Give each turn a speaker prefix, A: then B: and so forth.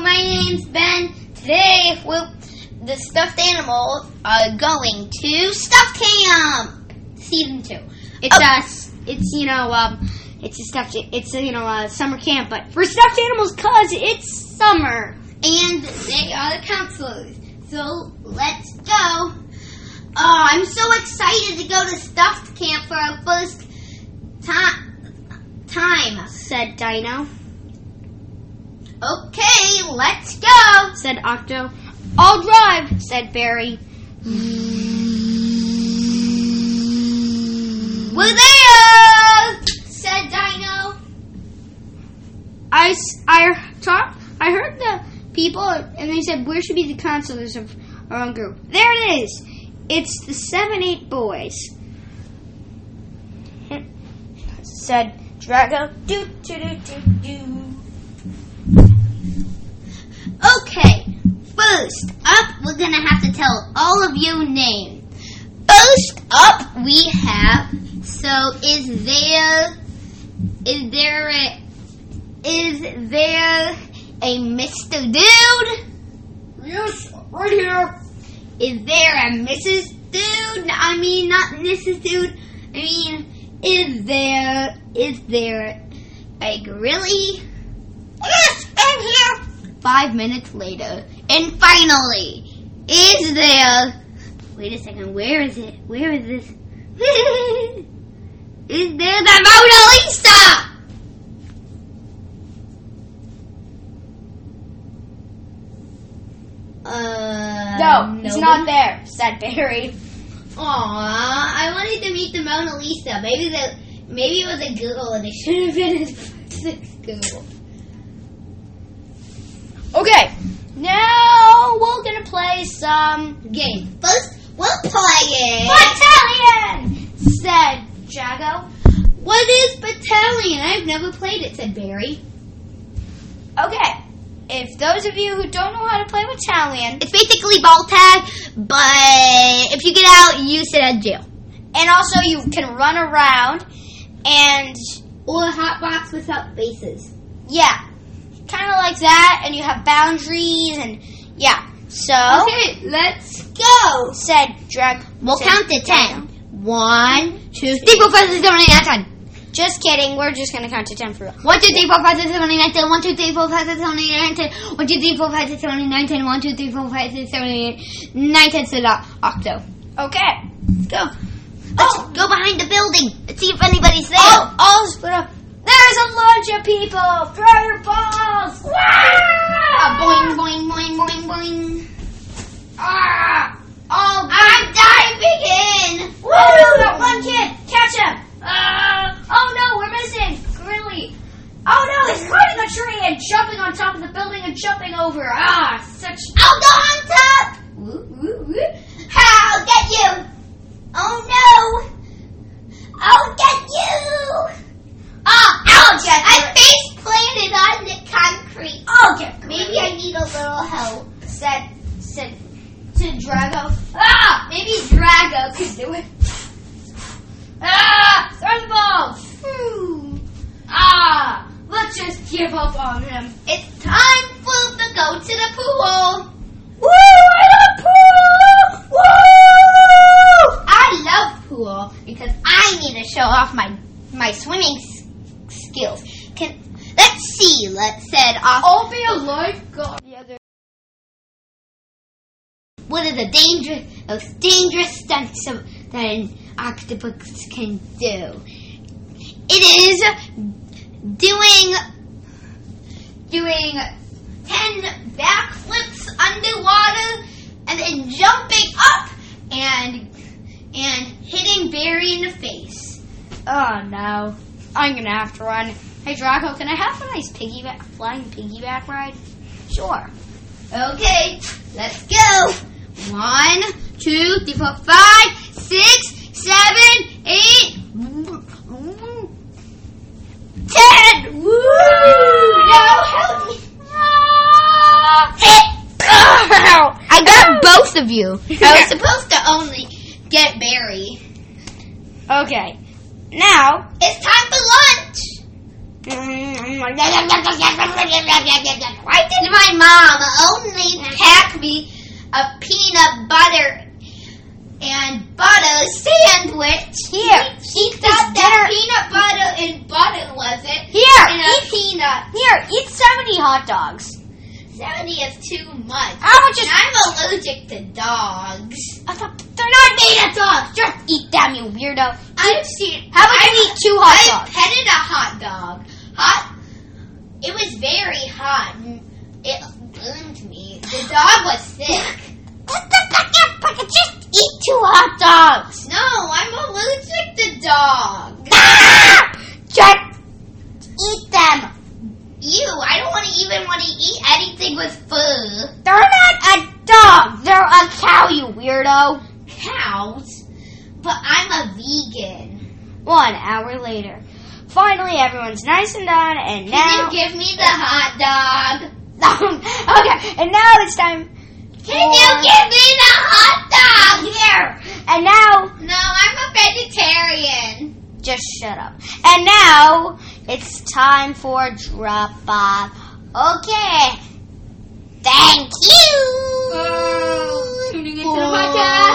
A: name's Ben. Today, we're the stuffed animals are going to Stuff Camp Season Two.
B: It's
A: Oh.
B: us. It's you know, um, it's a stuffed. It's a, you know, a summer camp, but for stuffed animals, cause it's summer.
A: and they are the counselors. So let's go. Oh, I'm so excited to go to Stuffed Camp for our first time. Time.
B: Said Dino.
A: Okay, let's go.
B: Said Octo. I'll drive. Said Barry.
A: We're there, said Dino.
B: I s- I talk, I heard the people, and they said where should be the counselors of our own group. There it is. It's the seven eight boys. Said Drago.
A: Do, do, do, do, do. Okay, first up, we're gonna have to tell all of your names. First up, we have. So, is there, is there, a, is there a Mr. Dude? Yes, right here. Is there a Mrs. Dude? I mean, not Mrs. Dude. I mean, is there, is there a Grilly? Yes, I'm here. Five minutes later, and finally, is there? Wait a second. Where is it? Where is this? is there the Mona Lisa? Uh,
B: there. Said Barry.
A: Aw, I wanted to meet the Mona Lisa. Maybe the maybe it was a girl and it should have been a sixth girl.
B: Okay.
A: Now we're gonna play some game. First, we're playing battalion. Said Jago. What is battalion? I've never played it. Said Barry.
B: Okay. If those of you who don't know how to play battalion,
A: It's basically ball tag, but if you get out, you sit in jail
B: and also you can run around, and
A: or a hot box without faces.
B: yeah, kind of like that, and you have boundaries, and yeah. So
A: Okay, let's go.
B: said drag.
A: Oh. We'll
B: said
A: count to ten.
B: Drago.
A: One, two, three, four, five, six, seven, eight, nine, ten.
B: Just kidding. We're just gonna count to ten for real.
A: 1, 2, 3, 4, 5, 6, 7, 8, 9, 10. 1, 2, 3, 4, 5, 6, 7, 8, 9, 10. 1, 2, 3, 4, 5, 6, 7, 8, 9, 10. 1, 2, 3, 4, 5, 6, 7, 8, 9, 10. So that octo.
B: Okay.
A: Go. Let's go behind the building. Let's see if anybody's there.
B: All, all split up. There's a bunch of people. Throw your balls.
A: Ah, boing,
B: Ah,
A: boing, boing, boing, boing.
B: ah. All.
A: I'm diving in.
B: Woo! That one kid. Catch him. Ah. oh no, we're missing. Grilly. Oh no, he's climbing a tree and jumping on top of the building and jumping over. Ah, such.
A: I'll go on top.
B: Woo, woo, woo.
A: I'll get you. Oh, no. I'll get you. Oh, ouch.
B: get
A: I face planted on the concrete.
B: I'll get
A: Maybe I need a little help.
B: said said
A: to Drago. Ah, maybe Drago could do it.
B: ah throw the ball.
A: Hmm.
B: Ah, let's just give up on him.
A: It's time for the go to the pool.
B: Woo! I love pool. Woo!
A: I love pool because I need to show off my my swimming s- skills. Can let's see. Let's said off.
B: I'll be a lifeguard. The other
A: What are the dangerous, most dangerous stunts of, that an octopus can do? It is doing doing ten backflips underwater and then jumping up and and hitting Barry in the face.
B: Oh no. I'm gonna have to run. Hey Draco, can I have a nice piggyback flying piggyback ride? Sure.
A: Okay, let's go. One, two, three, four, five, six, seven, eight, Mm-hmm. ten. Woo! Now help me. Ah!
B: Ah!
A: I got both of you. I was supposed to only get Barry.
B: Okay. Now
A: It's time for lunch. Why did my mom only pack me a peanut butter and butter sandwich?
B: Here,
A: she, she thought that peanut butter and butter wasn't
B: Here,
A: in
B: eat,
A: a peanut.
B: here, eat 70 hot dogs.
A: Seventy is too much.
B: I
A: And
B: want just,
A: I'm allergic to dogs.
B: I thought- they're not made of dogs. Just eat them, you weirdo.
A: I've seen.
B: How about
A: I've-
B: you eat two
A: I
B: hot dogs?
A: petted a hot dog. Hot. It was very hot. and It burned me. The dog was sick.
B: What the fuck, fuck, just eat two hot dogs.
A: No, I'm allergic to dogs.
B: Ah! Just eat them.
A: Ew, I don't want to even want to eat anything with food.
B: They're not a dog. Oh, They're a cow, you weirdo.
A: Cows. But I'm a vegan.
B: One hour later. Finally, everyone's nice and done, and now. Um,
A: Can you give me the hot dog?
B: okay, and now it's time.
A: Can you
B: for-
A: give me the hot dog?
B: Here! And now.
A: No, I'm a vegetarian.
B: Just shut up. And now it's time for drop off. Okay. Thank you.
A: Hot dog. eh,